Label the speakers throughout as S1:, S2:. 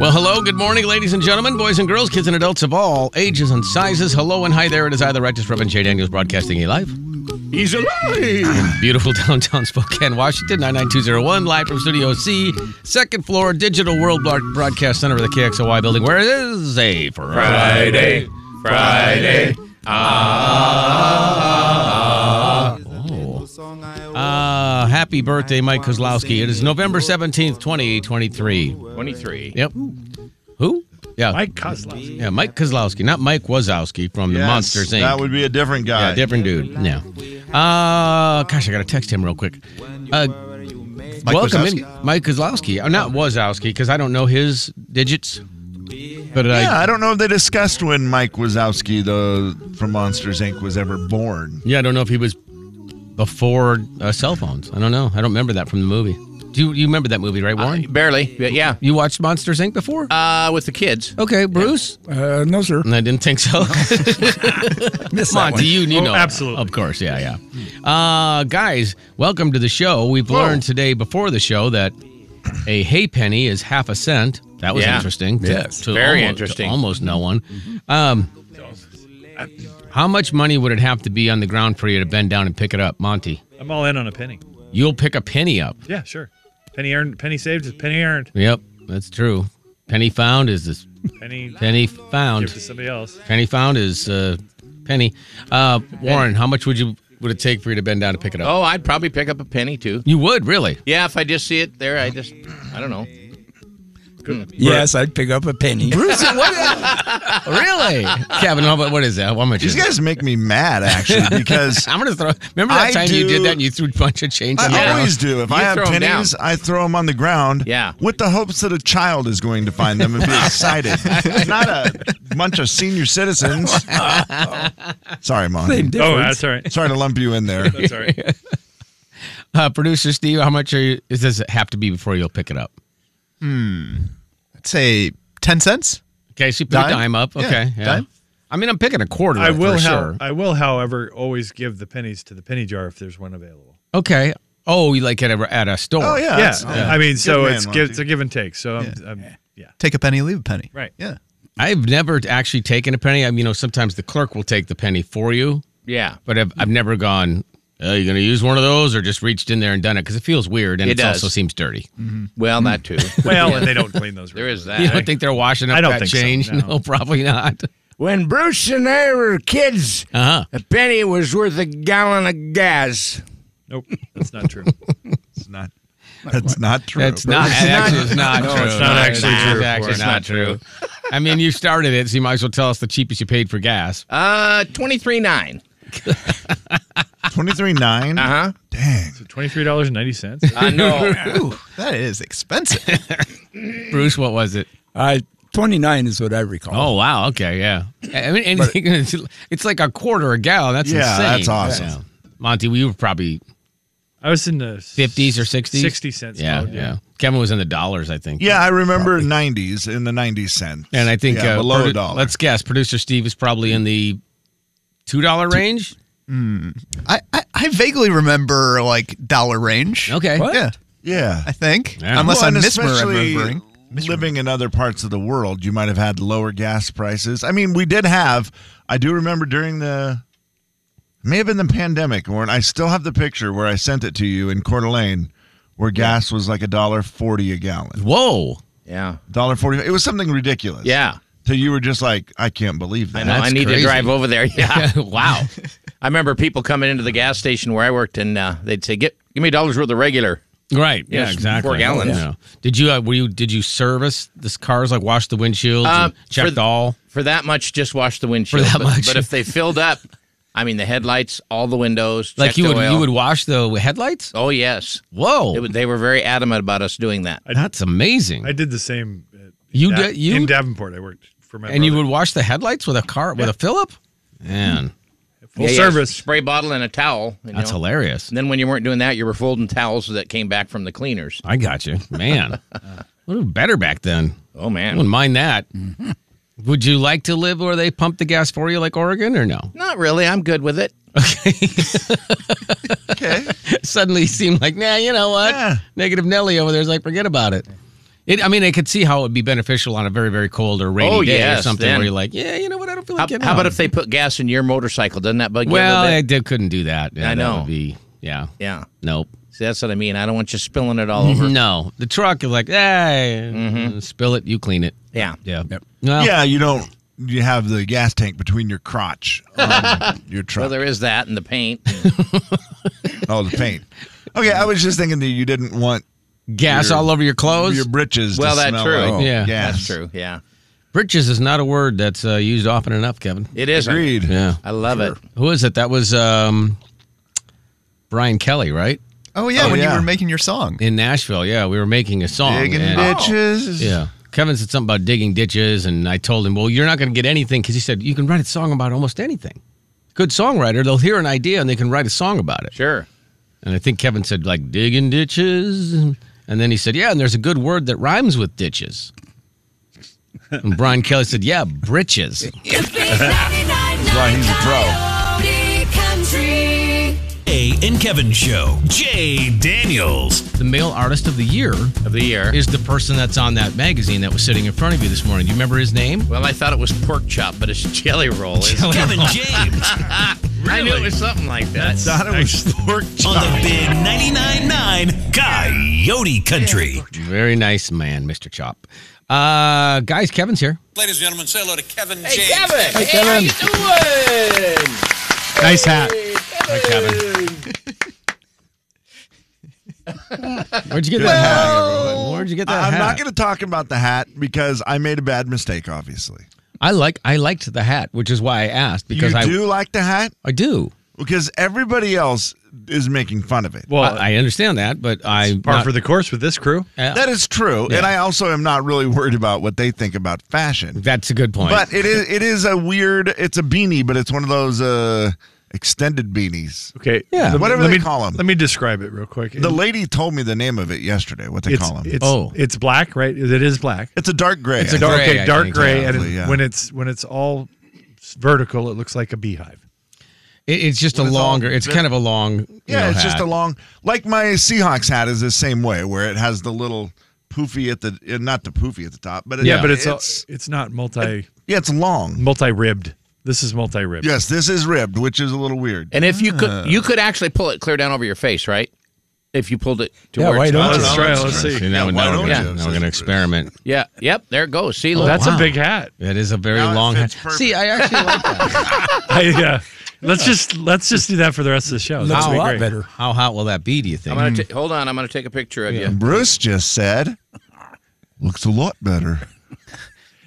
S1: Well, hello, good morning, ladies and gentlemen, boys and girls, kids and adults of all ages and sizes. Hello and hi there. It is I, the Righteous Reverend Jay Daniels, broadcasting you live.
S2: He's alive!
S1: Beautiful downtown Spokane, Washington, 99201, live from Studio C, second floor, Digital World Broad- Broadcast Center of the KXOY building, where it is a Friday. Friday. Ah. Uh, happy birthday, Mike Kozlowski. It is November 17th, 2023.
S3: 23.
S1: Yep. Who? Yeah.
S3: Mike Kozlowski.
S1: Yeah, Mike Kozlowski, not Mike Wazowski from the Monsters Inc.
S4: That would be a different guy.
S1: Yeah, different dude. Yeah. Uh, gosh, I gotta text him real quick. Uh, welcome in, Mike Kozlowski. Uh, not Wazowski, because I don't know his digits. But I,
S4: Yeah, I don't know if they discussed when Mike Wazowski, the from Monsters Inc., was ever born.
S1: yeah, I don't know if he was before uh, cell phones. I don't know. I don't remember that from the movie. Do you, you remember that movie, right, Warren?
S3: Barely, but yeah.
S1: you watched Monsters Inc. before?
S3: Uh, with the kids.
S1: okay, Bruce.
S5: Uh, no, sir.
S1: And I didn't think so.
S5: Missed that
S1: Monty,
S5: one.
S1: you, you
S3: Oh,
S1: know.
S3: absolutely. Hmm.
S1: Of course, yeah, yeah. Uh, guys, welcome to the show. We've learned today before the show that a hay penny is half a cent. That was
S3: Yeah.
S1: interesting. to-
S5: Yes.
S1: to
S3: Very
S1: almo-
S3: interesting.
S1: to
S3: Mm-hmm.
S1: almost no one. Um, how much money would it have to be on the ground for you to bend down and pick it up, Monty?
S6: I'm all in on a penny.
S1: You'll pick a penny up.
S6: Yeah, sure. Penny earned, penny saved is penny earned.
S1: Yep, that's true. Penny found is this
S6: Penny
S1: penny
S6: give to
S1: found.
S6: somebody else.
S1: Penny found is uh, penny. Uh, Warren, how much would you would it take for you to bend down and pick it up?
S3: Oh, I'd probably pick up a penny too.
S1: You would really.
S3: Yeah, if I just see it there, I just, I don't know.
S5: Yes, I'd pick up a penny.
S1: Bruce, what? really? Kevin, how about, what is that? How much
S4: These
S1: is it?
S4: guys make me mad, actually, because
S1: I'm going to throw. Remember that
S4: I
S1: time you
S4: do-
S1: did that and you threw a bunch of change on the
S4: I
S1: ground?
S4: always do. If
S3: You
S4: I have
S3: throw 'em down.
S4: pennies, I throw them on the ground
S3: Yeah.
S4: with the hopes that a child is going to find them and be excited, not a bunch of senior citizens. Sorry,
S5: Same
S4: Monty.
S5: difference.
S6: Oh, that's all right.
S4: Sorry to lump you in there.
S6: That's all right.
S1: Uh, Producer Steve, how much are you, is- does it have to be before you'll pick it up?
S7: I'd say 10 cents.
S1: Okay, so you put a
S7: Dime?
S1: dime up.
S7: Yeah,
S1: Okay. Yeah.
S7: dime.
S1: I mean, I'm picking a quarter.
S6: I
S1: up
S6: will,
S1: for
S6: how-
S1: sure.
S6: I will, however, always give the pennies to the penny jar if there's one available.
S1: Okay. Oh, you like at a, at a store.
S4: Oh, yeah.
S6: Yeah,
S4: that's-
S6: I mean, so
S4: man,
S6: it's
S4: Monty.
S6: give, it's a give and take. So I'm, yeah. I'm yeah.
S7: Take a penny, leave a penny.
S6: Right.
S7: Yeah.
S1: I've never actually taken a penny. I mean, you know, sometimes the clerk will take the penny for you,
S3: Yeah.
S1: but I've, I've never gone, oh, you going to use one of those or just reached in there and done it because it feels weird and
S3: It
S1: it
S3: does.
S1: also seems dirty.
S3: Well, not too.
S6: Well, and they don't clean those.
S3: There
S6: rooms.
S3: is that.
S1: You don't think they're washing up
S6: I don't
S1: that
S6: think so,
S1: change?
S6: no.
S1: probably not.
S8: When Bruce and I were kids,
S1: Uh huh.
S8: a penny was worth a gallon of gas.
S6: Nope, that's not true.
S4: It's not, that's not true.
S1: That's not. That actually is not true.
S6: it's not actually
S1: It's
S6: true.
S1: actually
S6: It's
S1: not, true. I mean, you started it, so you might as well tell us the cheapest you paid for gas.
S3: Uh, 23.9.
S4: 23 9.
S3: Uh
S1: Uh-huh.
S3: huh.
S4: Dang.
S6: Twenty three dollars and ninety cents.
S3: I know.
S7: Ooh, that is expensive.
S1: Bruce, what was it?
S5: I, 29 is what I recall.
S1: Oh wow. Okay. Yeah. I mean, anything. it's like a quarter a gallon. That's
S4: Yeah,
S1: insane.
S4: that's awesome.
S1: Yeah. Monty, we were probably
S6: I was in the
S1: fifties or sixties.
S6: sixty cents.
S1: Yeah,
S6: mode,
S1: yeah. Kevin was in the dollars, I think.
S4: Yeah, I remember 90s in the 90 cents.
S1: And I think
S4: yeah,
S1: uh,
S4: below
S1: produ-
S4: a dollar.
S1: Let's guess. Producer Steve is probably in the two dollar range.
S7: I, I, I vaguely remember like dollar range.
S1: Okay.
S5: What?
S7: Yeah.
S4: yeah.
S7: I think.
S1: Yeah.
S7: Unless
S4: Well,
S7: I'm
S4: and especially
S7: misremembering.
S4: Living in other parts of the world, you might have had lower gas prices. I mean, we did have. I do remember during the may have been the pandemic, or I still have the picture where I sent it to you in Coeur d'Alene, where gas was like a dollar forty a gallon,
S1: Whoa.
S3: Yeah.
S4: dollar forty. It was something ridiculous.
S3: Yeah.
S4: So you were just like, I can't believe that.
S3: I know. I
S1: That's
S3: need
S1: crazy.
S3: to drive over there. Yeah.
S1: wow.
S3: I remember people coming into the gas station where I worked, and uh, they'd say, "Get give me a dollar's worth of regular."
S1: Right. Yeah.
S3: Yes,
S1: exactly.
S3: Four gallons.
S1: Yeah. Did you uh, were you did you service this cars like wash the windshields,
S3: Uh,
S1: and check
S3: for
S1: the all?
S3: For that much, just wash the windshield.
S1: For that
S3: but,
S1: much.
S3: But if they filled up, I mean, the headlights, all the windows.
S1: Like
S3: check
S1: you
S3: the
S1: would
S3: oil.
S1: you would wash the headlights?
S3: Oh yes.
S1: Whoa.
S3: they were very adamant about us doing that.
S1: That's amazing.
S4: I did the same. uh, in
S1: You
S4: Da-
S1: did- you-
S4: in Davenport. I worked for my
S1: and you would wash the headlights with a car with
S4: Yeah.
S1: a Phillip? Man,
S4: Full service.
S3: uh, spray bottle and a towel. you
S1: that's
S3: know.
S1: hilarious.
S3: And then when you weren't doing that, you were folding towels that came back from the cleaners.
S1: I got you, man. Would have better back then.
S3: Oh man,
S1: I wouldn't mind that.
S3: Mm-hmm.
S1: Would you like to live where they pump the gas for you, like Oregon, or no?
S3: Not really. I'm good with it.
S1: Suddenly, you seem like, nah, you know what? Negative Nelly over there is like, forget about it. It, I mean, I could see how it would be beneficial on a very, very cold or rainy
S3: oh
S1: day
S3: yes,
S1: or something
S3: then.
S1: where you're like, yeah, you know what? I don't feel like
S3: How,
S1: getting
S3: how
S1: out.
S3: about if they put gas in your motorcycle? Doesn't that bug
S1: Well,
S3: you? a
S1: I
S3: little bit?
S1: did, couldn't do that. Yeah,
S3: I
S1: That
S3: know.
S1: would be, yeah.
S3: yeah.
S1: Nope.
S3: See, that's what I mean. I don't want you spilling it all over.
S1: No. The truck is like, hey, spill it, you clean it.
S3: Mm-hmm. Yeah.
S1: Yeah.
S2: yeah, you don't. You have the gas tank between your crotch, on your
S3: Well,
S2: truck,
S3: there is that and the paint.
S2: all Oh, the paint. Okay, I was just thinking that you didn't want
S1: Gas all over your clothes?
S2: your britches.
S3: Well,
S2: to
S3: that's
S2: smell
S3: true.
S2: like
S1: Yeah.
S2: gas.
S3: That's true. Yeah.
S1: Britches is not a word that's uh, used often enough, Kevin.
S3: It is.
S2: Agreed.
S1: Yeah.
S3: I love it.
S1: Who is it? That was um, Brian Kelly, right?
S9: Oh yeah,
S2: Oh,
S9: when
S2: yeah.
S9: you were making your song.
S1: In Nashville. Yeah, we were making a song.
S2: Digging
S1: and-
S2: ditches.
S1: Oh, Yeah. Kevin said something about digging ditches, and I told him, well, you're not going to get anything because he said, you can write a song about almost anything. Good songwriter, they'll hear an idea and they can write a song about it.
S3: Sure.
S1: And I think Kevin said, like, digging ditches. And then he said, yeah, and there's a good word that rhymes with ditches. And Brian Kelly said, yeah, britches.
S2: why he's a pro.
S5: Jay and Kevin Show. Jay Daniels.
S1: The male artist of the year
S3: Of the year.
S1: is the person that's on that magazine that was sitting in front of you this morning. Do you remember his name?
S3: Well, I thought it was pork chop, but it's jelly roll. isn't it?
S5: Kevin James.
S3: I knew it was something like that.
S2: Thought it was pork
S5: on
S2: chop.
S5: the big 99.9 Coyote Country.
S1: Very nice man, Mr. Chop. Uh, guys, Kevin's here.
S5: Ladies and gentlemen, say hello to Kevin
S3: Hey, Kevin. Hey,
S1: Kevin.
S3: how you doing?
S9: Nice hat.
S1: Hi, Kevin. Where'd you get that hat? Where'd you get that
S2: I'm
S1: hat?
S2: not going to talk about the hat because I made a bad mistake. Obviously,
S1: I like I liked the hat, which is why I asked because
S2: you
S1: I
S2: do like the hat
S1: I do.
S2: because everybody else is making fun of it.
S4: Well,
S1: I, I understand that, but I
S4: par for the course with this crew.
S2: That is true,
S1: Yeah.
S2: and I also am not really worried about what they think about fashion.
S1: that's a good point.
S2: But it is it is a weird. It's a beanie, but it's one of those uh, extended beanies.
S4: Okay.
S1: Yeah.
S4: let me-
S2: Whatever
S4: let
S2: they
S4: me,
S2: call 'em.
S4: Let me describe it real quick.
S2: The lady told me the name of it yesterday. What they
S4: it's,
S2: call them?
S4: It's,
S1: Oh.
S4: it's black, right? It is black.
S2: It's a dark gray.
S1: It's a
S2: I
S1: dark-
S2: think.
S1: Gray,
S4: okay,
S1: I
S4: dark
S1: think,
S4: gray,
S2: yeah.
S4: and it-
S2: Probably, yeah.
S4: when it's when it's all s- vertical, it looks like a beehive.
S1: It- it's just a
S2: When it's all
S1: longer. It's
S2: zip-
S1: kind of a long. you
S2: Yeah,
S1: know,
S2: it's just
S1: hat.
S2: a long. Like my Seahawks hat is the same way, where it has the little poofy at the eh, not the poofy at the top, but it,
S4: Yeah, but it's it's,
S2: it's
S4: it's not multi
S2: yeah, it's long.
S4: multi ribbed. This is multi ribbed.
S2: Yes, this is ribbed, which is a little weird.
S3: And if you could, you could actually pull it clear down over your face, right? If you pulled it to
S10: Yeah,
S3: where
S10: why
S3: it's
S10: don't
S3: not-
S4: Let's
S2: no,
S4: try.
S2: that's
S4: it. Let's
S2: true.
S4: see.
S1: See, now,
S2: Yeah,
S1: we-
S2: why
S1: now we're
S2: don't
S1: gonna,
S2: you?
S1: now we're gonna experiment.
S3: Yeah. Yep. There it goes. See, look.
S4: Oh, That's
S1: wow.
S4: a big hat.
S1: That is a very
S2: Now it
S1: long
S2: fits
S1: hat.
S2: perfect.
S4: uh,
S1: See, I actually like that.
S4: I, uh, let's just let's just do that for the rest of the show.
S10: Looks
S4: That'd
S10: a
S4: be
S10: lot
S4: great.
S10: better.
S1: How hot will that be? Do you think?
S3: I'm gonna ta- hold on. I'm gonna take a picture of you.
S2: Bruce just said, looks a lot better.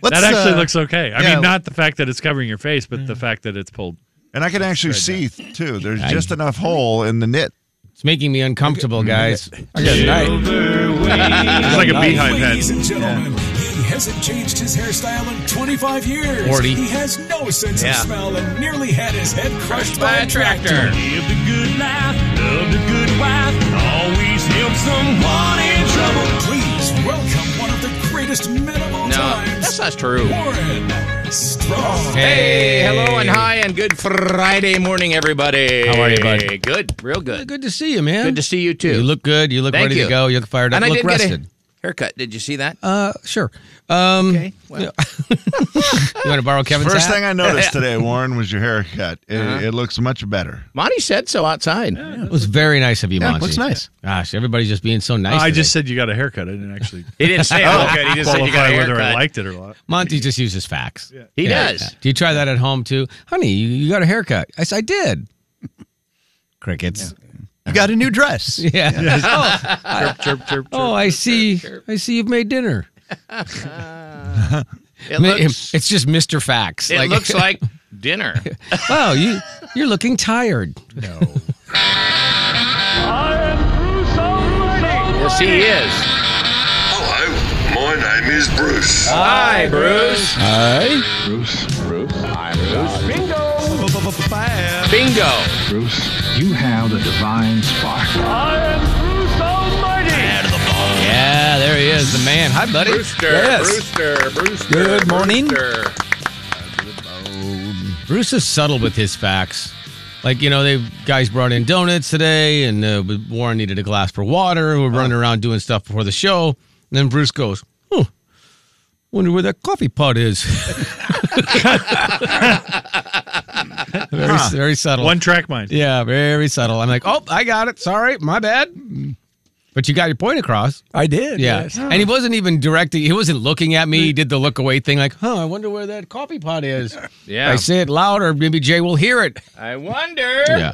S4: That
S2: uh,
S4: actually looks okay. I
S9: yeah.
S4: mean, not the fact that it's covering your face, but the fact that it's pulled.
S2: And I can actually see th- too. There's just enough hole in the knit.
S1: it's making me uncomfortable, guys.
S10: I got a knife.
S4: It's like a beehive head.
S5: Ladies and gentlemen, he hasn't changed his hairstyle in 25 years.
S1: 40.
S5: He has no sense
S3: Yeah.
S5: of smell and nearly had his head crushed
S3: By
S5: by,
S3: a tractor.
S5: Live the good life, love the good wife, always help someone in trouble. Please welcome one of the greatest men of all
S3: No,
S5: time,
S3: that's not true.
S5: Warren Strong.
S3: Hey, hello and hi and good Friday morning, everybody.
S1: How are you, bud?
S3: Good, real
S1: Hey,
S3: good.
S1: Good to see you, man.
S3: Good to see you too.
S1: You look good. You look
S3: Thank
S1: ready
S3: you.
S1: to go. You look fired up.
S3: and
S1: you
S3: I
S1: look
S3: did
S1: rested.
S3: get a haircut. Did you see that?
S1: uh, sure. Um,
S3: okay. Well,
S1: You want to borrow Kevin's
S2: First
S1: hat?
S2: thing I noticed today, Warren, was your haircut. It,
S4: Uh-huh.
S2: it looks much better.
S3: Monty said so outside.
S1: It was very nice of you, Monty.
S9: looks nice.
S1: Gosh, everybody's just being so nice.
S4: I
S1: today.
S4: just said you got a haircut. I didn't actually
S3: He didn't say it looked good. He just said you got
S4: qualify
S3: a
S4: whether I
S3: haircut.
S4: liked it or not.
S1: Monty just uses facts.
S3: He
S1: Yeah.
S3: does.
S1: Do you try that at home too, honey? You, you got a haircut. I said I did. Crickets.
S9: You got a new dress.
S1: Yeah.
S5: Yes.
S1: Oh.
S5: Chirp, chirp, chirp,
S1: Oh, I see. I see you've made dinner.
S3: It
S1: Ma-
S3: looks-
S1: it's just Mr. Facts.
S3: It looks like dinner.
S1: oh, you you're looking tired. No.
S3: Yes, he is.
S11: Hello, my name is Bruce.
S5: Hi, Bruce.
S11: Hi. Bruce. Bruce. Hi, Bruce.
S5: Bingo.
S3: Bingo.
S11: Bruce, you have the divine spark.
S1: Yeah, there he is, the man. Hi, buddy.
S5: Brewster, Brewster, Brewster.
S1: Good morning.
S5: Brewster.
S1: Bruce is subtle with his facts. Like, you know, they guys brought in donuts today, and uh, Warren needed a glass for water. We're running around doing stuff before the show. And then Bruce goes, Oh, wonder where that coffee pot is. very,
S4: Huh.
S1: very subtle.
S4: One track mind.
S1: Yeah, very subtle. I'm like, Oh, I got it. Sorry. My bad. But you got your point across.
S10: I did.
S1: Yeah.
S10: yes.
S1: And he wasn't even directing, he wasn't looking at me. He did the look away thing, like, Huh, I wonder where that coffee pot is.
S3: Yeah.
S1: I say it louder, maybe Jay will hear it.
S3: I wonder.
S1: Yeah.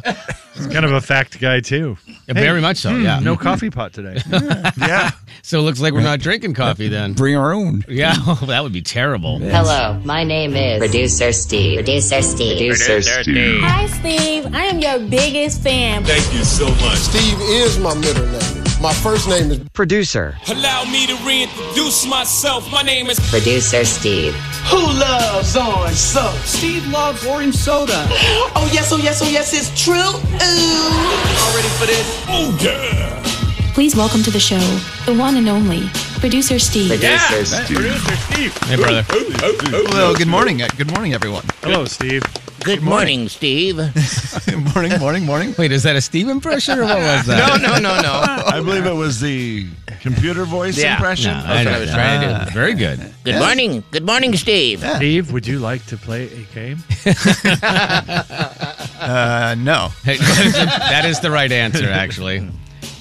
S4: He's kind of a fact guy too. Hmm,
S1: Yeah, very much so,
S3: Hmm.
S1: yeah.
S4: No coffee pot today.
S1: yeah. So it looks like we're not drinking coffee then.
S10: Bring our own.
S1: Yeah, that would be terrible.
S12: Hello, my name is Producer Steve. Producer Steve.
S1: Producer Steve.
S13: Hi, Steve. I am your biggest fan.
S5: Thank you so much.
S14: Steve is my middle name. My first name is Producer.
S5: Allow me to reintroduce myself. My name is
S12: Producer Steve.
S5: Who loves orange soda? Steve loves orange soda.
S15: Oh yes, oh yes, oh yes, it's true. Ooh.
S5: All ready for this? Oh yeah.
S13: Please welcome to the show the one and only producer Steve.
S5: Producer Steve.
S1: Hey, brother.
S9: Well, good morning. uh, Good morning, everyone.
S4: Hello, Steve.
S3: Good morning, Steve.
S9: morning, morning, morning.
S1: Wait, is that a Steve impression or what was that?
S3: No, no, no, no.
S2: I believe it was the computer voice
S3: Yeah.
S2: impression.
S3: No, I That's what I was know. trying to do.
S1: Ah, Very good.
S3: Good morning. Good morning, Steve.
S4: Steve, would you like to play a game?
S9: Uh, no.
S1: Hey, that, is the, that is the right answer, actually.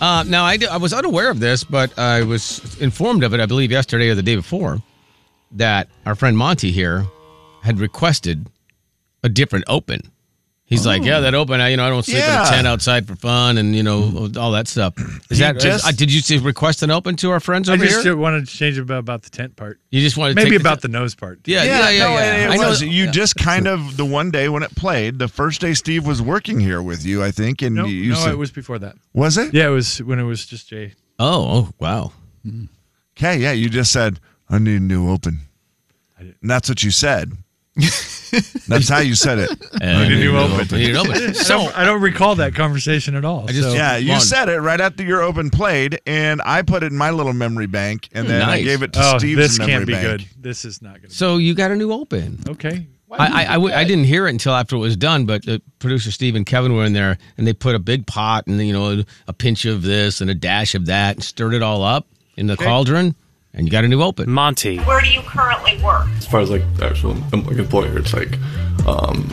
S1: Uh, now, I, d- I was unaware of this, but I was informed of it, I believe, yesterday or the day before, that our friend Monty here had requested a different open. He's like,
S4: Oh.
S1: yeah, that open. I, you know, I don't sleep in
S5: Yeah.
S1: a tent outside for fun, and you know all that stuff. Is
S4: You
S1: that
S4: Hmm. just-
S1: uh, did you see request an open to our friends
S4: I
S1: over
S4: just
S1: here?
S4: wanted to change about, about the tent part.
S1: You just wanted to
S4: maybe
S1: take the
S4: about
S1: t-
S4: the nose part.
S1: Yeah, yeah, yeah.
S2: no,
S1: yeah.
S2: it-
S1: I
S2: It
S1: know-
S2: was. You just kind of the one day when it played, the first day Steve was working here with you, I think, and
S4: No,
S2: you
S4: no,
S2: said,
S4: it was before that.
S2: was it?
S4: Yeah, it was when it was just Jay.
S1: Oh, oh wow.
S2: Okay, yeah, you just said I need a new open, and that's what you said. that's how you said it.
S4: I need a new open.
S1: I need an open.
S4: I don't-
S1: So-
S4: I don't recall that conversation at all. so-
S2: yeah, you said it right after your open played, and I put it in my little memory bank, and then I
S1: Nice.
S2: gave it to
S4: Oh,
S2: Steve's
S4: this
S2: memory
S4: can't be
S2: bank.
S4: good. This is not good.
S1: So you got a new open.
S4: Okay.
S1: I, I, I, w- I didn't hear it until after it was done, but uh, producer Steve and Kevin were in there and they put a big pot and, you know, a pinch of this and a dash of that and stirred it all up in the cauldron and you got a new open. Monty.
S16: Where do you currently work?
S17: As far as like the actual um, like employer, it's like um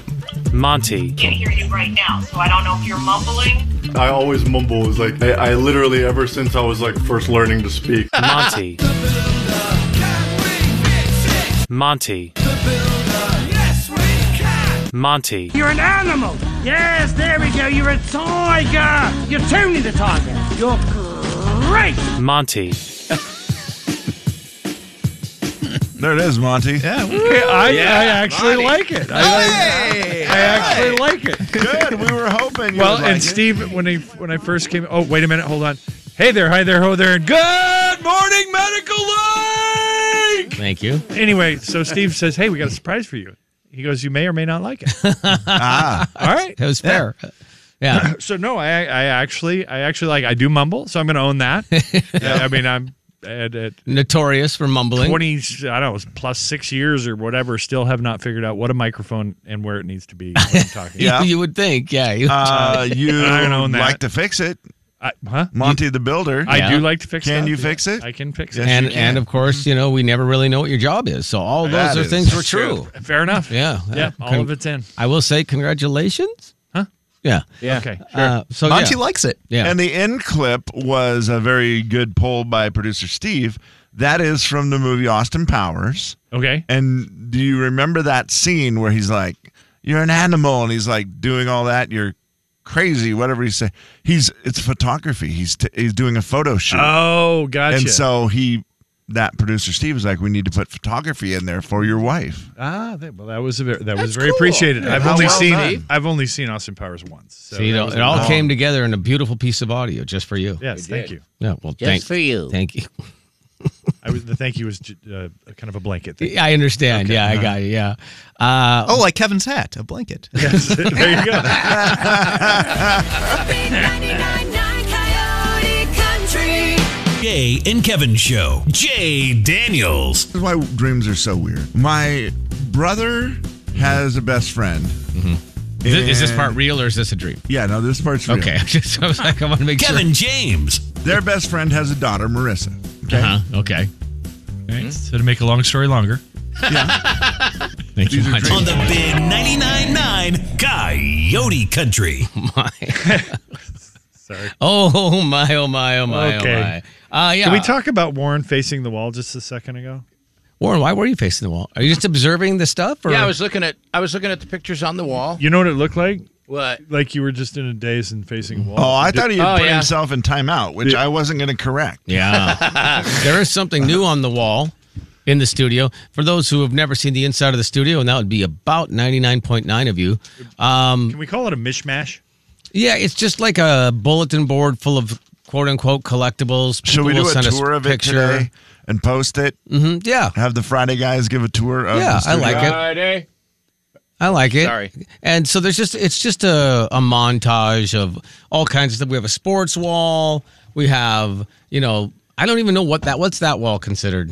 S17: Monty.
S16: Can't hear you right now, so I don't know if you're mumbling.
S17: I always mumble. Is like I, I literally ever since I was like first learning to speak.
S16: Monty.
S17: Monty. Monty.
S5: You're an animal. Yes, there we go. You're a tiger. You're Tony the tiger. You're great.
S17: Monty.
S2: There it is, Monty. Yeah,
S4: I, I actually like it. I, I actually like it.
S2: Good. We were hoping. You
S4: Well,
S2: would
S4: and
S2: like it.
S4: Steve, when I when I first came, oh wait a minute, hold on. Hey there, hi there, ho there, and good morning, medical league.
S1: Thank you.
S4: Anyway, so Steve says, "Hey, we got a surprise for you." He goes, "You may or may not like it."
S1: ah,
S4: All right,
S1: that was fair. Yeah.
S4: so no, I I actually I actually like I do mumble, so I'm going to own that. I mean, I'm at, at
S1: Notorious for mumbling.
S4: 20, I don't know, plus six years or whatever, still have not figured out what a microphone and where it needs to be when I'm talking.
S1: Yeah. You would think. Yeah. you would
S2: Uh,
S1: think.
S2: you
S4: I don't own that.
S2: like to fix it.
S4: I, huh?
S2: Monty the Builder.
S4: I do like to fix
S2: Can
S4: stuff,
S2: you
S4: yeah.
S2: fix it?
S4: I can fix it.
S2: Yes,
S1: and,
S2: you can.
S1: and of course, you know, we never really know what your job is. So all those
S2: That
S1: are
S2: is
S1: things were
S4: true.
S1: true.
S4: Fair enough.
S1: Yeah.
S4: Yeah,
S1: Uh,
S4: all of it's in.
S1: I will say congratulations. Huh? Yeah.
S4: Yeah. Okay. Sure.
S1: Uh, so
S9: Monty
S1: yeah.
S9: likes it.
S1: Yeah.
S2: And the end clip was a very good poll by producer Steve. That is from the movie Austin Powers.
S4: Okay.
S2: And do you remember that scene where he's like, "You're an animal," and he's like doing all that. You're crazy, whatever he's saying. He's it's photography. He's t- he's doing a photo shoot.
S4: Oh, gotcha.
S2: And so he, that producer Steve is like, we need to put photography in there for your wife.
S4: Ah, that, well, that was a very, that was very appreciated. I've only seen I've only seen Austin Powers once. So
S1: See, it
S4: that
S1: all,
S4: was
S1: it all
S4: long-
S1: came together in a beautiful piece of audio just for you.
S4: Yes, We thank did. you.
S1: Yeah, well,
S4: Just
S1: thank-
S4: for you.
S1: Thank you.
S4: I was, the thank you was ju- uh, kind of a blanket. Thing.
S1: I understand. yeah, I got you. Yeah. Uh,
S9: Oh, like Kevin's hat, a blanket.
S4: Yes, there you go.
S5: Jay and Kevin Show. Jay Daniels.
S2: This is why dreams are so weird. My brother has a best friend.
S1: Is thi- is this
S2: And-
S1: part real or is this a dream?
S2: Yeah, no, this part's real.
S1: Okay. I just I was like, I want to make sure.
S5: Kevin James.
S2: Their best friend has a daughter, Marissa. Okay.
S1: Uh-huh. Okay.
S4: So to make a long story longer,
S1: Thank you. Monty.
S5: On the big 99.9 Coyote Country.
S4: sorry.
S1: Oh my! Oh my! Oh my!
S4: Okay.
S1: Oh my! Uh, yeah.
S4: Can we talk about Warren facing the wall just a second ago?
S1: Warren, why were you facing the wall? Are you just observing the stuff? Or?
S3: Yeah, I was looking at I was looking at the pictures on the wall.
S4: You know what it looked like?
S3: What?
S4: Like you were just in a daze and facing a wall.
S2: Oh, I thought he had
S3: Oh,
S2: put
S3: yeah.
S2: himself in timeout, which I wasn't going to correct.
S1: Yeah. there is something new on the wall in the studio. For those who have never seen the inside of the studio, and that would be about 99.9 of you. Um,
S4: Can we call it a mishmash?
S1: yeah, it's just like a bulletin board full of quote unquote collectibles.
S2: Should
S1: People
S2: we
S1: will
S2: do a
S1: send us
S2: tour of it
S1: picture.
S2: today and post it?
S1: Mm-hmm. Yeah.
S2: Have the Friday guys give a tour of
S1: Yeah,
S2: the
S1: I
S2: studio?
S1: like it.
S3: Friday.
S1: I like it.
S3: Sorry.
S1: And so there's just it's just a, a montage of all kinds of stuff. We have a sports wall. We have you know I don't even know what that what's that wall considered.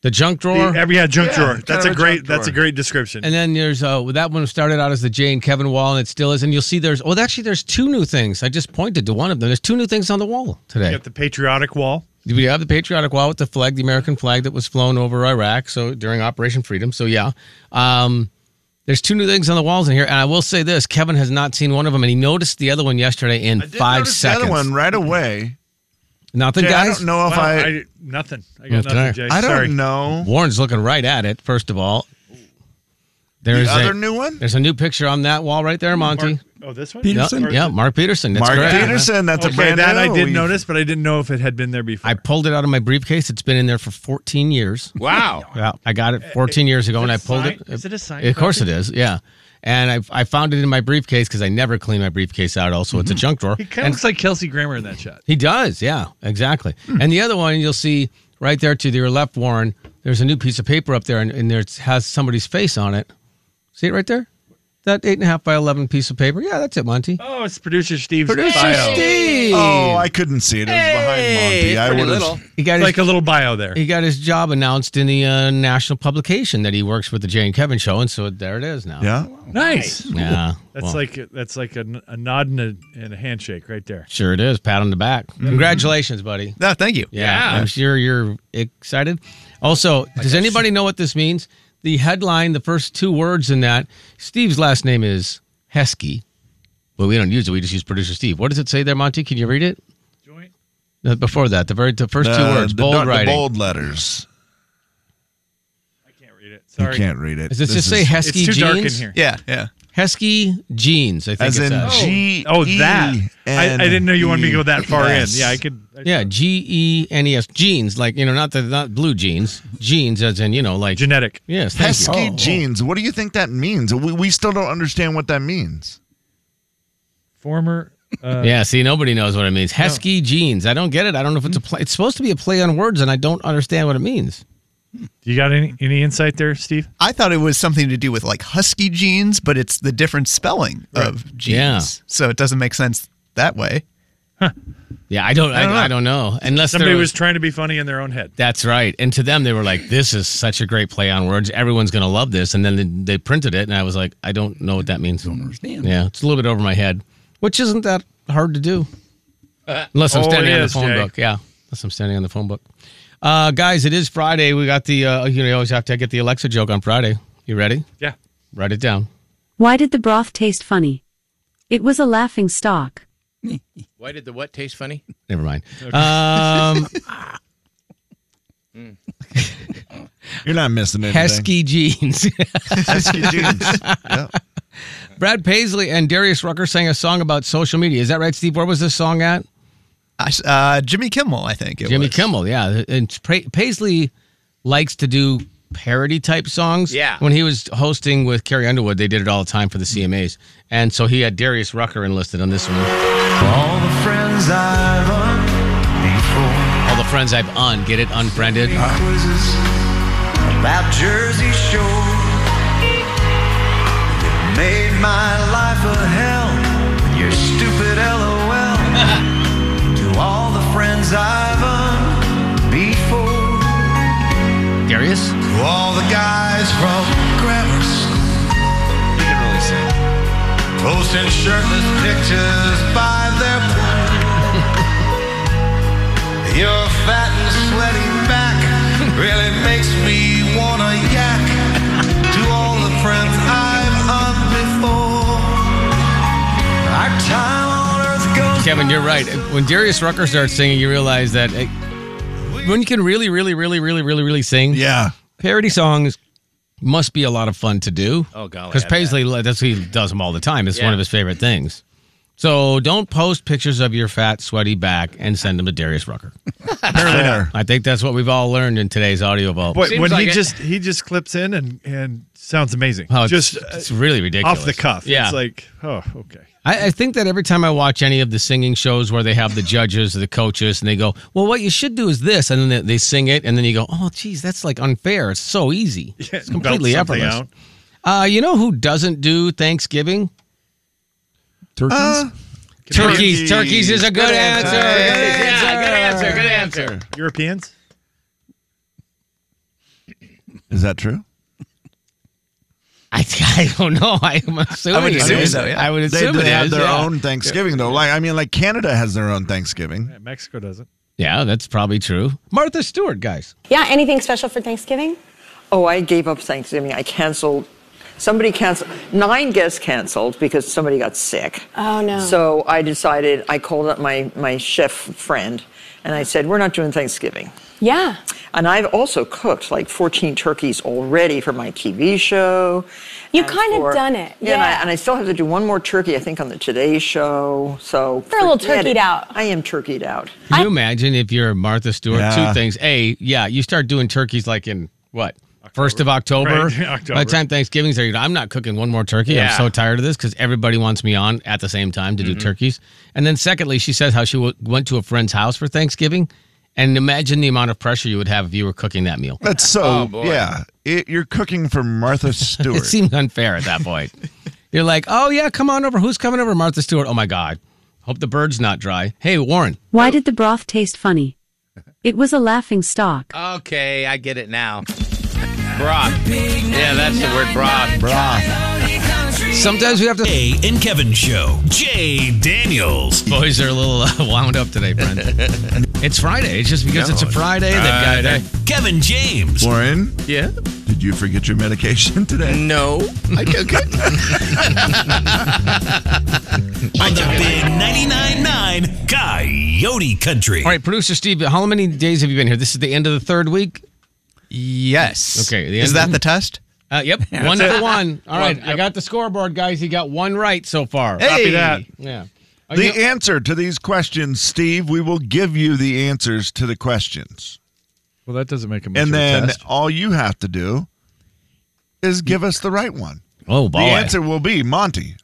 S1: The junk drawer.
S4: Yeah, yeah, junk drawer. That's a
S2: of a
S4: great.
S2: junk
S4: That's a
S2: drawer.
S4: great description.
S1: And then there's uh that one started out as the Jay and Kevin wall, and it still is. And you'll see there's well actually there's two new things. I just pointed to one of them. There's two new things on the wall
S4: you
S1: today.
S4: got the patriotic wall.
S1: We have the patriotic wall with the flag, the American flag that was flown over Iraq. So during Operation Freedom. So yeah, um, there's two new things on the walls in here, and I will say this: Kevin has not seen one of them, and he noticed the other one yesterday in
S2: I did
S1: five
S2: notice
S1: seconds.
S2: The other one right away.
S1: Nothing,
S2: Jay, I
S1: guys.
S2: don't know if
S4: Wow,
S2: I.
S4: nothing. I
S1: Yeah,
S4: got nothing, Jay.
S2: I don't
S4: Sorry.
S2: know.
S1: Warren's looking right at it. First of all, there's
S2: the other
S1: a,
S2: new one.
S1: There's a new picture on that wall right there, Monty.
S4: Mark- oh, this one.
S1: Peterson?
S4: Or-
S1: Yeah, Mark Peterson. That's
S2: Mark
S1: correct.
S2: Peterson. That's
S4: okay,
S2: a brand
S4: that
S2: new.
S4: I did
S2: We-
S4: notice, but I didn't know if it had been there before.
S1: I pulled it out of my briefcase. It's been in there for 14 years.
S3: Wow.
S1: Yeah, I got it 14 years ago, and I pulled
S4: sign-
S1: it.
S4: is it a signed
S1: Of course it
S4: copy?
S1: is. Yeah, and I I found it in my briefcase because I never clean my briefcase out. Also, it's a junk drawer.
S4: Mm-hmm. he kind of
S1: And
S4: looks like Kelsey Grammer in that shot.
S1: he does. Yeah, exactly.
S4: Hmm.
S1: And the other one you'll see right there to your left, Warren. There's a new piece of paper up there, and, and there has somebody's face on it. See it right there? That eight and a half by 11 piece of paper. Yeah, that's it, Monty.
S4: Oh, it's producer Steve's
S1: Producer
S4: bio.
S1: Steve.
S2: Oh, I couldn't see it. It was
S3: Hey,
S2: behind
S3: it's pretty
S2: Monty. I would
S3: little.
S2: have.
S1: He got his
S4: It's like a little bio there.
S1: He got his job announced in the uh, national publication that he works with the Jay and Kevin show, and so there it is now.
S2: Yeah.
S4: Nice.
S1: yeah.
S4: That's
S1: well,
S4: like that's like a, a nod and a, and a handshake right there.
S1: sure it is. Pat on the back.
S4: Mm-hmm.
S1: Congratulations, buddy.
S9: No, thank you.
S1: Yeah, I'm sure you're excited. Also, does anybody know what this means? The headline, the first two words in that. Steve's last name is Heskey, but we don't use it. We just use producer Steve. What does it say there, Monty? Can you read it?
S4: Joint.
S1: No, Before that, the very the first two
S2: Uh,
S1: words,
S2: the,
S1: bold
S2: the
S1: writing.
S2: bold letters.
S4: I can't read it.
S2: You
S4: Sorry.
S2: can't read it.
S1: Does it just say
S4: It's
S1: Heskey
S4: too
S1: jeans?
S4: dark in here.
S9: Yeah, yeah.
S1: Heskey jeans. I think
S2: As
S1: it
S2: in
S1: says.
S2: G. E
S4: Oh, that. I, I didn't know you wanted me to go that far
S2: Yes.
S4: in. Yeah, I could. I,
S1: Yeah, G E N E S jeans, like you know, not the not blue jeans, jeans as in you know, like
S4: Genetic.
S1: yes, thank you.
S2: Pesky jeans. What do you think that means? We, we still don't understand what that means.
S4: Former. Uh,
S1: Yeah, see, nobody knows what it means. Heskey jeans. I don't get it. I don't know if it's a play. It's supposed to be a play on words, and I don't understand what it means.
S4: You got any any insight there, Steve?
S9: I thought it was something to do with like husky jeans, but it's the different spelling of jeans.
S1: Yeah.
S9: So it doesn't make sense that way.
S1: Yeah, I don't. I, I
S4: don't
S1: don't,
S4: know.
S1: know. Unless
S4: Somebody
S1: there
S4: was trying to be funny in their own head.
S1: That's right. And to them, they were like, "This is such a great play on words. Everyone's going to love this." And then they, they printed it, and I was like, "I don't know what that means." Don't understand. Yeah, it's a little bit over my head, which isn't that hard to do, unless I'm
S4: Oh, it
S1: standing on the
S4: is,
S1: phone
S4: Jay.
S1: book. Yeah, unless I'm standing on the phone book. Uh, guys, it is Friday. We got the uh, you know you always have to get the Alexa joke on Friday. You ready?
S4: Yeah.
S1: Write it down.
S18: Why did the broth taste funny? It was a laughing stock.
S3: Why did the what taste funny?
S1: Never mind. Um,
S2: You're not missing anything.
S1: Heskey jeans.
S2: Pesky jeans. Yeah.
S1: Brad Paisley and Darius Rucker sang a song about social media. Is that right, Steve? Where was this song at?
S9: Uh, Jimmy Kimmel, I think. It
S1: Jimmy Kimmel, yeah. And Pa- Paisley likes to do parody type songs.
S3: Yeah.
S1: When he was hosting with Carrie Underwood, they did it all the time for the CMAs. And so he had Darius Rucker enlisted on this one. All the friends I've unbefriended. All the friends I've un, get it, unfriended.
S5: Quizzes about Jersey Shore. You made my life a hell. with Your stupid LOL. to all the friends I've un before.
S1: Darius?
S5: To all the guys from grammar school. You can really sing. Posting shirtless pictures by their pool. Your fat and sweaty back really makes me wanna yak to all the friends I've hung before. Our time on earth goes.
S1: Kevin, you're right. When Darius Rucker starts singing, you realize that eh, when you can really, really, really, really, really, really sing,
S2: yeah,
S1: parody songs must be a lot of fun to do.
S3: Oh, golly,
S1: because
S3: I bet.
S1: Paisley li- that's he does them all the time. It's
S3: Yeah.
S1: one of his favorite things. So don't post pictures of your fat, sweaty back and send them to Darius Rucker. Apparently not. I think that's what we've all learned in today's audio vault.
S4: Boy, when
S3: like
S4: he
S3: it.
S4: just he just clips in and and sounds amazing.
S1: Oh, it's-
S4: just
S1: it's
S4: uh,
S1: really ridiculous.
S4: off the cuff.
S1: Yeah.
S4: it's like oh okay.
S1: I, I think that every time I watch any of the singing shows where they have the judges or the coaches and they go, well, what you should do is this. And then they, they sing it. And then you go, oh, geez, that's like unfair. It's so easy.
S4: Yeah,
S1: It's completely
S4: belt something
S1: effortless.
S4: out.
S1: Uh, you know who doesn't do Thanksgiving?
S10: Turkeys?
S1: Turkeys. Turkeys is a good,
S3: Good
S1: answer.
S3: answer.
S1: Good
S3: Yeah, good answer. Good answer.
S4: Europeans.
S2: Is that true?
S1: I, I don't know. I'm assuming.
S9: I would
S1: it
S9: assume
S1: is.
S9: so, yeah.
S1: I would
S2: They,
S1: assume
S2: they
S1: it
S2: have
S1: is,
S2: their
S1: yeah.
S2: own Thanksgiving though. Like I mean, like Canada has their own Thanksgiving.
S4: Yeah, Mexico doesn't.
S1: Yeah, that's probably true. Martha Stewart, guys.
S19: Yeah, anything special for Thanksgiving?
S20: Oh, I gave up Thanksgiving. I canceled. Somebody canceled. Nine guests canceled because somebody got sick.
S19: Oh, no.
S20: So I decided, I called up my, my chef friend and I said, We're not doing Thanksgiving.
S19: Yeah.
S20: And I've also cooked like 14 turkeys already for my TV show.
S19: You
S20: and
S19: kinda
S20: for-
S19: done it,
S20: And,
S19: yeah.
S20: I, and I still have to do one more turkey, I think, on the Today Show. So.
S19: You're a little
S20: forget it.
S19: turkeyed out.
S20: I am turkeyed out.
S1: Can you imagine if you're Martha Stewart?
S2: Yeah.
S1: Two things. A, yeah, you start doing turkeys like in what? First of October.
S4: Right, October.
S1: By the time Thanksgiving's there, you go, I'm not cooking one more turkey. I'm
S3: Yeah.
S1: so tired of this because everybody wants me on at the same time to do turkeys. And then, secondly, she says how she w- went to a friend's house for Thanksgiving. And imagine the amount of pressure you would have if you were cooking that meal.
S2: That's so.
S3: Oh, boy.
S2: Yeah, it, you're cooking for Martha
S1: It
S2: Stewart.
S1: seemed unfair at that point. You're like, oh, yeah, come on over. Who's coming over? Martha Stewart. Oh, my God. Hope the bird's not dry. Hey, Warren.
S18: Why did the broth taste funny? It was a laughing stock.
S3: Okay, I get it now. Broth. Yeah, that's the word broth.
S2: Broth.
S1: Sometimes we have to.
S5: Jay and Kevin Show. Jay Daniels.
S1: Boys are a little uh, wound up today, friend. it's Friday. It's just because it's a Friday that guy.
S5: Kevin James.
S2: Warren,
S3: Yeah.
S2: did you forget your medication today?
S3: No, I took it.
S5: On the big 99.9 9 Coyote Country.
S1: All right, producer Steve, how many days have you been here? This is the end of the third week.
S9: Yes.
S1: Okay, the
S9: Is
S1: end-
S9: that the test?
S1: Uh, yep, one for one. All right, I got the scoreboard, guys. He got one right so far.
S4: Copy that.
S1: Yeah. Are
S2: The
S1: you-
S2: answer to these questions, Steve, we will give you the answers to the questions.
S4: Well, that doesn't make a much
S2: and
S4: of a
S2: then
S4: test.
S2: all you have to do is give us the right one.
S1: oh
S2: The
S1: boy,
S2: answer will be Monty,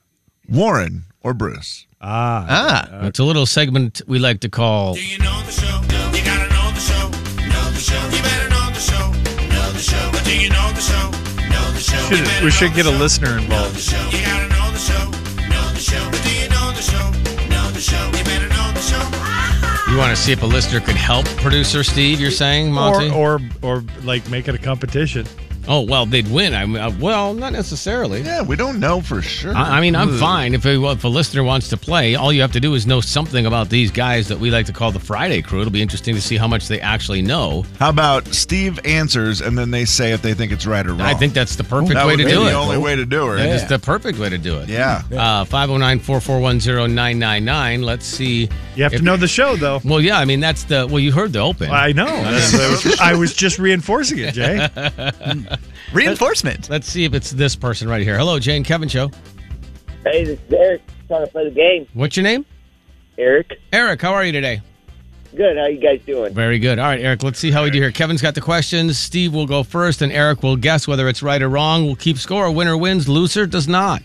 S2: Warren, or Bruce.
S4: ah,
S9: Ah.
S1: Uh, it's a little segment we like to call.
S5: you know the show? You gotta know the show. Know the show. You better know the show. Know the show. But do you know the show? Know the show.
S4: Should- we should get a listener involved.
S5: You gotta know the show. Know the show. But do you know the show? Know the show. You better know the show.
S1: You want to see if a listener could help producer Steve? You're saying, Monty?
S4: Or, or or like make it a competition.
S1: oh well, they'd win. I mean, uh, well, not necessarily.
S2: Yeah, we don't know for sure.
S1: I, I mean, I'm
S2: Ooh.
S1: fine. If a, if a listener wants to play, all you have to do is know something about these guys that we like to call the Friday crew. It'll be interesting to see how much they actually know.
S2: How about Steve answers and then they say if they think it's right or wrong?
S1: I think that's the perfect
S2: Oh. that
S1: way
S2: would
S1: to
S2: be
S1: do
S2: the
S1: it.
S2: only way to do it.
S1: That is the perfect way to do it.
S2: Yeah.
S1: Uh, 509-441-0999. Let's see.
S4: You have
S1: if-
S4: to know the show though.
S1: Well, yeah, I mean, that's the, well, you heard the open.
S4: I know. That's- I, was, I was just reinforcing it, Jay.
S9: Reinforcement.
S1: Let's see if it's this person right here. Hello, Jane Kevin Show.
S21: Hey, this is Eric trying to play the game.
S1: What's your name?
S21: Eric.
S1: Eric, how are you today?
S21: Good. How you guys doing?
S1: Very good. All right, Eric, let's see how we do here. Kevin's got the questions. Steve will go first, and Eric will guess whether it's right or wrong. We'll keep score. Winner wins, loser does not.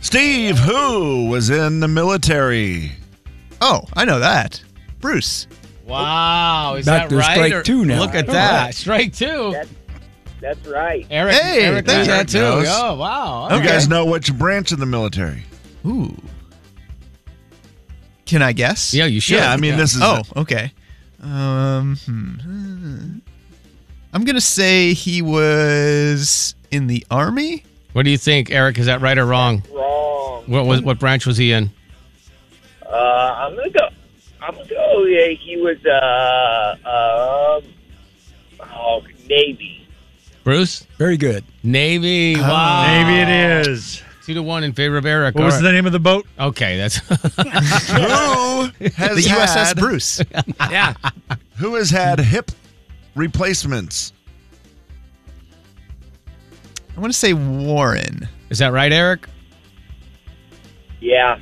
S2: Steve, who was in the military?
S9: Oh, I know that. Bruce.
S1: Wow. Is
S9: Back
S1: that
S9: to
S1: right?
S9: strike
S1: Or-
S9: two now.
S1: Look at
S9: All
S1: that.
S9: right.
S1: Strike two.
S21: That's right.
S1: Eric,
S2: Hey,
S1: Eric
S2: thank
S1: knows
S2: you.
S1: that too.
S2: Knows.
S1: Oh, wow.
S2: You
S1: Okay.
S2: guys know which branch of the military?
S9: Ooh. Can I guess?
S1: Yeah, you should.
S2: Yeah, I mean, this is-
S9: Oh, okay. Um, hmm. I'm gonna say he was in the army.
S1: What do you think, Eric? Is that right or wrong?
S21: Wrong.
S1: What was what branch was he in?
S21: Uh, I'm gonna go. I'm gonna go. Yeah, he was uh, um, oh, Navy.
S1: Bruce?
S10: Very good.
S1: Navy. Wow.
S4: Oh, Navy it is.
S1: Two to one in favor of Eric.
S4: What was the name of the boat?
S1: Okay, that's
S2: Who has
S9: The USS
S2: had-
S9: Bruce.
S1: yeah.
S2: Who has had hip replacements?
S9: I want to say Warren.
S1: Is that right, Eric?
S21: Yeah.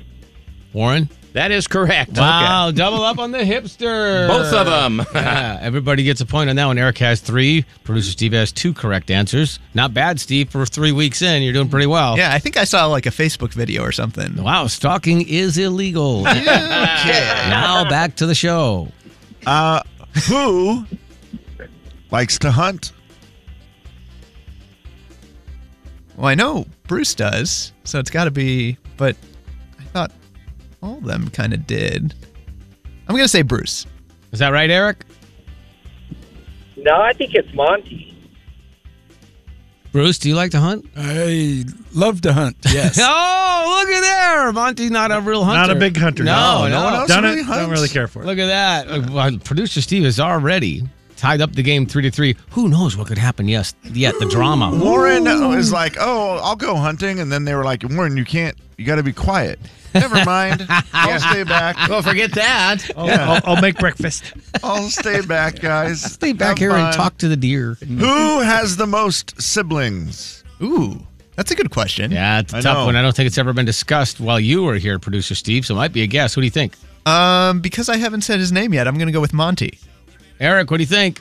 S1: Warren?
S3: That is correct.
S1: Wow, double up on the hipster.
S3: Both of 'em.
S1: yeah, everybody gets a point on that one. Eric has three. Producer Steve has two correct answers. Not bad, Steve. For three weeks in, you're doing pretty well.
S9: Yeah, I think I saw like a Facebook video or something.
S1: Wow, stalking is illegal. Now back to the show.
S2: Uh, who likes to hunt?
S9: Well, I know Bruce does, so it's got to be. But I thought all of them kind of did. I'm gonna say Bruce.
S1: Is that right, Eric?
S21: No, I think it's Monty.
S1: Bruce, do you like to hunt?
S10: I love to hunt. Yes.
S1: oh, look at there. Monty's not a real hunter.
S4: Not a big hunter.
S1: No, no.
S4: Done it. Don't really care for it.
S1: Look at that. Uh, well, Producer Steve is already tied up the game three to three. Who knows what could happen? Yes, yet the drama.
S2: Warren was like, "Oh, I'll go hunting," and then they were like, "Warren, you can't. You got to be quiet." Never mind. I'll stay back.
S3: Well, forget that.
S4: I'll,
S2: Yeah.
S4: Oh. I'll, I'll make breakfast.
S2: I'll stay back, guys.
S1: Stay back
S2: Have
S1: here
S2: fun.
S1: and talk to the deer.
S2: Who has the most siblings?
S9: Ooh, that's a good question.
S1: Yeah, it's a
S2: I
S1: tough
S2: know.
S1: one. I don't think it's ever been discussed while you were here, producer Steve. So it might be a guess. What do you think,
S9: Um, because I haven't said his name yet, I'm gonna go with Monty.
S1: Eric? What do you think?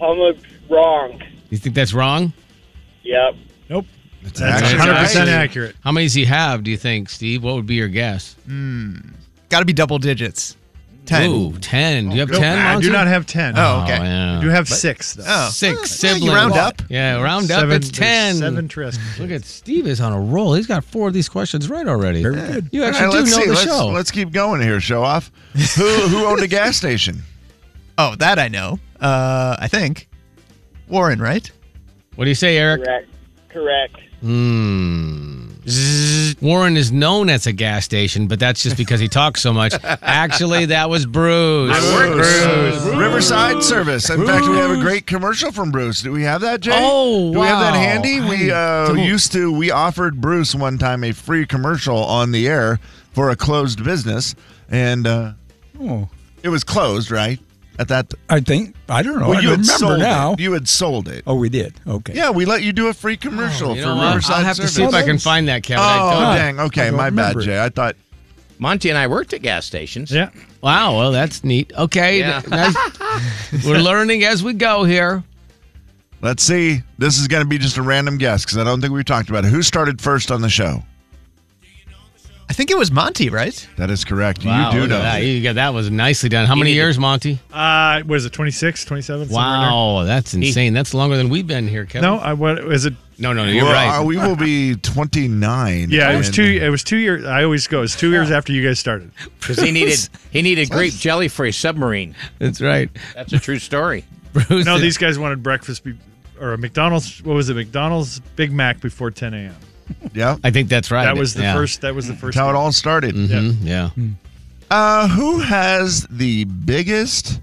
S21: I'm a, wrong.
S1: You think that's wrong?
S21: Yep.
S4: Nope.
S2: It's
S4: That's
S2: actually-
S4: 100% accurate.
S1: How many does he have? Do you think, Steve? What would be your guess?
S9: Got to be double digits. Ten.
S1: Ooh, ten. Do you have
S4: Nope.
S1: ten?
S4: I do
S1: Monty?
S4: not have 10.
S9: Oh, okay.
S1: yeah.
S4: I do have six, though.
S9: Oh,
S1: Six
S9: well, yeah, you
S1: siblings.
S9: round up.
S1: Yeah, round up.
S4: Seven-
S1: it's
S4: there's
S1: ten.
S4: Seven Triscuits.
S1: Look at Steve is on a roll. He's got four of these questions right already.
S10: Very good.
S1: You
S2: All
S1: actually
S2: right,
S1: do know
S2: let's see.
S1: the
S2: let's,
S1: show.
S2: let's keep going here, show off. Who who owned a gas station?
S9: Oh, that I know. Uh, I think Warren, right?
S1: What do you say, Eric?
S21: Correct. Correct.
S1: Hmm. Warren is known as a gas station, but that's just because he talks so much. Actually, that was Bruce.
S2: Riverside Service. In fact, we have a great commercial from Bruce. Do we have that, Jay?
S1: Oh,
S2: Do we have that
S1: wow.
S2: handy? We
S1: I
S2: uh,
S1: don't-
S2: used to. We offered Bruce one time a free commercial on the air for a closed business, and uh,
S10: Oh,
S2: it was closed, right? At that,
S10: I think I don't know. I
S2: you
S10: don't
S2: had
S10: remember
S2: sold
S10: now.
S2: It. You had sold it.
S10: oh, we did. Okay.
S2: Yeah, we let you do a free commercial
S1: Oh, You
S2: for
S1: know what?
S2: Riverside
S1: I'll have to
S2: Service.
S1: see if I can find that, Kevin. I don't.
S2: Oh, dang. Okay,
S10: don't
S2: my bad,
S10: remember it.
S2: Jay. I thought
S3: Monty and I worked at gas stations.
S4: Yeah.
S1: Wow, well, that's neat. Okay,
S3: Yeah.
S1: nice. we're learning as we go here.
S2: Let's see. This is going to be just a random guess because I don't think we've talked about it. Who started first on the show?
S9: I think it was Monty, right?
S2: That is correct.
S1: Wow,
S2: you do
S1: look
S2: know.
S1: at That. You got- that was nicely done. How many
S3: need to-
S1: years, Monty?
S4: Uh, what is it, 26, 27? somewhere in there?
S1: Wow, that's insane. That's longer than we've been here, Kevin.
S4: No, I, what is it?
S1: no, no, no you're
S2: Well,
S1: right.
S2: uh, we will be 29.
S4: Yeah, it was
S2: in-
S4: two. It was two years. I always go. It's two years after you guys started.
S3: Because he needed he needed grape jelly for a submarine.
S1: That's right.
S3: That's a true story.
S1: Bruce,
S4: No, these guys wanted breakfast be, or a McDonald's. What was it? McDonald's Big Mac before 10 a.m.
S2: Yeah.
S1: I think that's right.
S4: That was the
S1: Yeah.
S4: first. That was the first.
S2: That's how it all started.
S1: Mhm, yeah.
S2: Uh, who has the biggest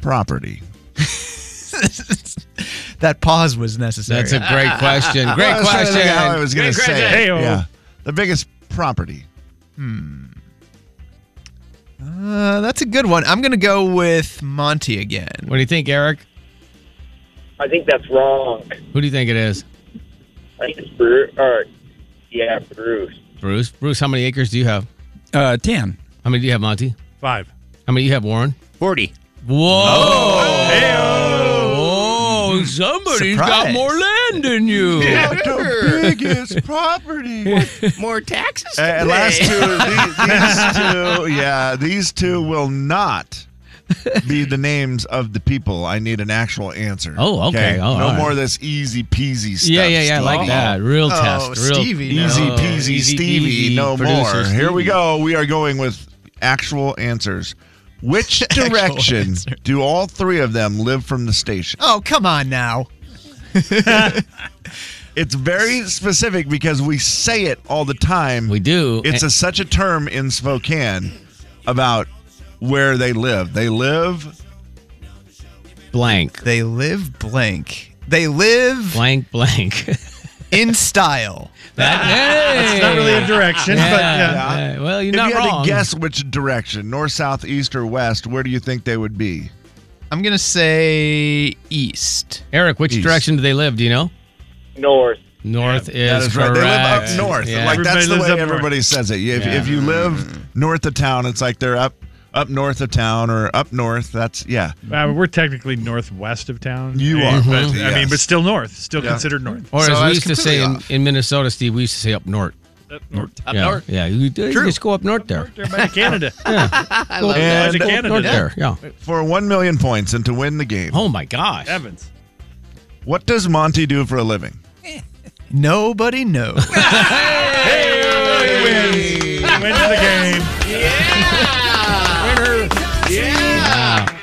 S2: property?
S9: that pause was necessary.
S1: That's a great question.
S2: Well,
S1: Great
S2: I was trying to
S1: question.
S2: think how I was going to
S3: Great
S2: say. it.
S4: question. Hey-o.
S2: Yeah. The biggest property.
S9: uh, that's a good one. I'm gonna go with Monty again.
S1: What do you think, Eric?
S21: I think that's wrong.
S1: Who do you think it is?
S21: My name's Bruce. Or, yeah, Bruce.
S1: Bruce, Bruce, how many acres do you have? Uh, ten. How many do you have, Monty?
S4: Five.
S1: How many do you have, Warren?
S3: Forty.
S1: Whoa! Oh,
S2: Hmm.
S1: somebody's got
S3: Surprise.
S1: more land than you.
S2: the biggest property.
S3: More taxes?
S2: Uh, and last two,
S3: today.
S2: the- these, two, yeah, these two will not be the names of the people. I need an actual answer.
S1: Oh, okay. Oh,
S2: no
S1: all right.
S2: more of this easy peasy stuff.
S1: Yeah, yeah, yeah, I like
S2: Stevie.
S1: that. Real Oh, test, real- Stevie, no.
S2: Oh, easy peasy,
S1: Easy
S2: Stevie.
S1: peasy,
S2: no more.
S1: producer
S2: Here we
S1: Stevie.
S2: go. We are going with actual answers. Which
S9: Actual
S2: direction
S9: answer.
S2: do all three of them live from the station?
S9: Oh, come on now.
S2: It's very specific because we say it all the time. We
S1: do.
S2: It's a, such a term in Spokane about where they live. They live
S1: blank.
S9: They live blank. They live
S1: blank blank.
S9: in style.
S4: That's not really a direction, but yeah.
S1: Yeah. Well, you're
S2: if
S1: not
S2: you had
S1: wrong.
S2: to guess which direction, north, south, east, or west, where do you think they would be?
S9: I'm gonna say east.
S1: Eric, which direction do they live? Do you know?
S21: North.
S1: North
S2: That
S1: is,
S2: is right. They live up
S1: correct.
S2: north.
S1: Yeah.
S2: Like that's the
S4: lives
S2: way
S4: up north.
S2: everybody says it. If,
S1: Yeah.
S2: if you live north of town, it's like they're up up north of town or up north. That's yeah.
S4: Uh, we're technically northwest of town.
S2: You
S4: Yeah,
S2: are,
S4: but,
S2: but
S4: Mm-hmm. I mean,
S2: yes.
S4: but still north, still
S2: Yeah.
S4: considered north.
S1: Or as we used to say in, in Minnesota, Steve, we used to say up north.
S4: Up north.
S1: yeah.
S4: north.
S1: Yeah, you, you
S4: True.
S1: just go up north there.
S4: Everybody in Canada.
S1: I love
S2: that.
S1: Go up north there. Yeah.
S2: For one million points and to win the game.
S1: Oh my gosh.
S4: Evans.
S2: What does Monty do for a living?
S9: Nobody knows.
S4: He wins. He wins the game.
S5: Yeah.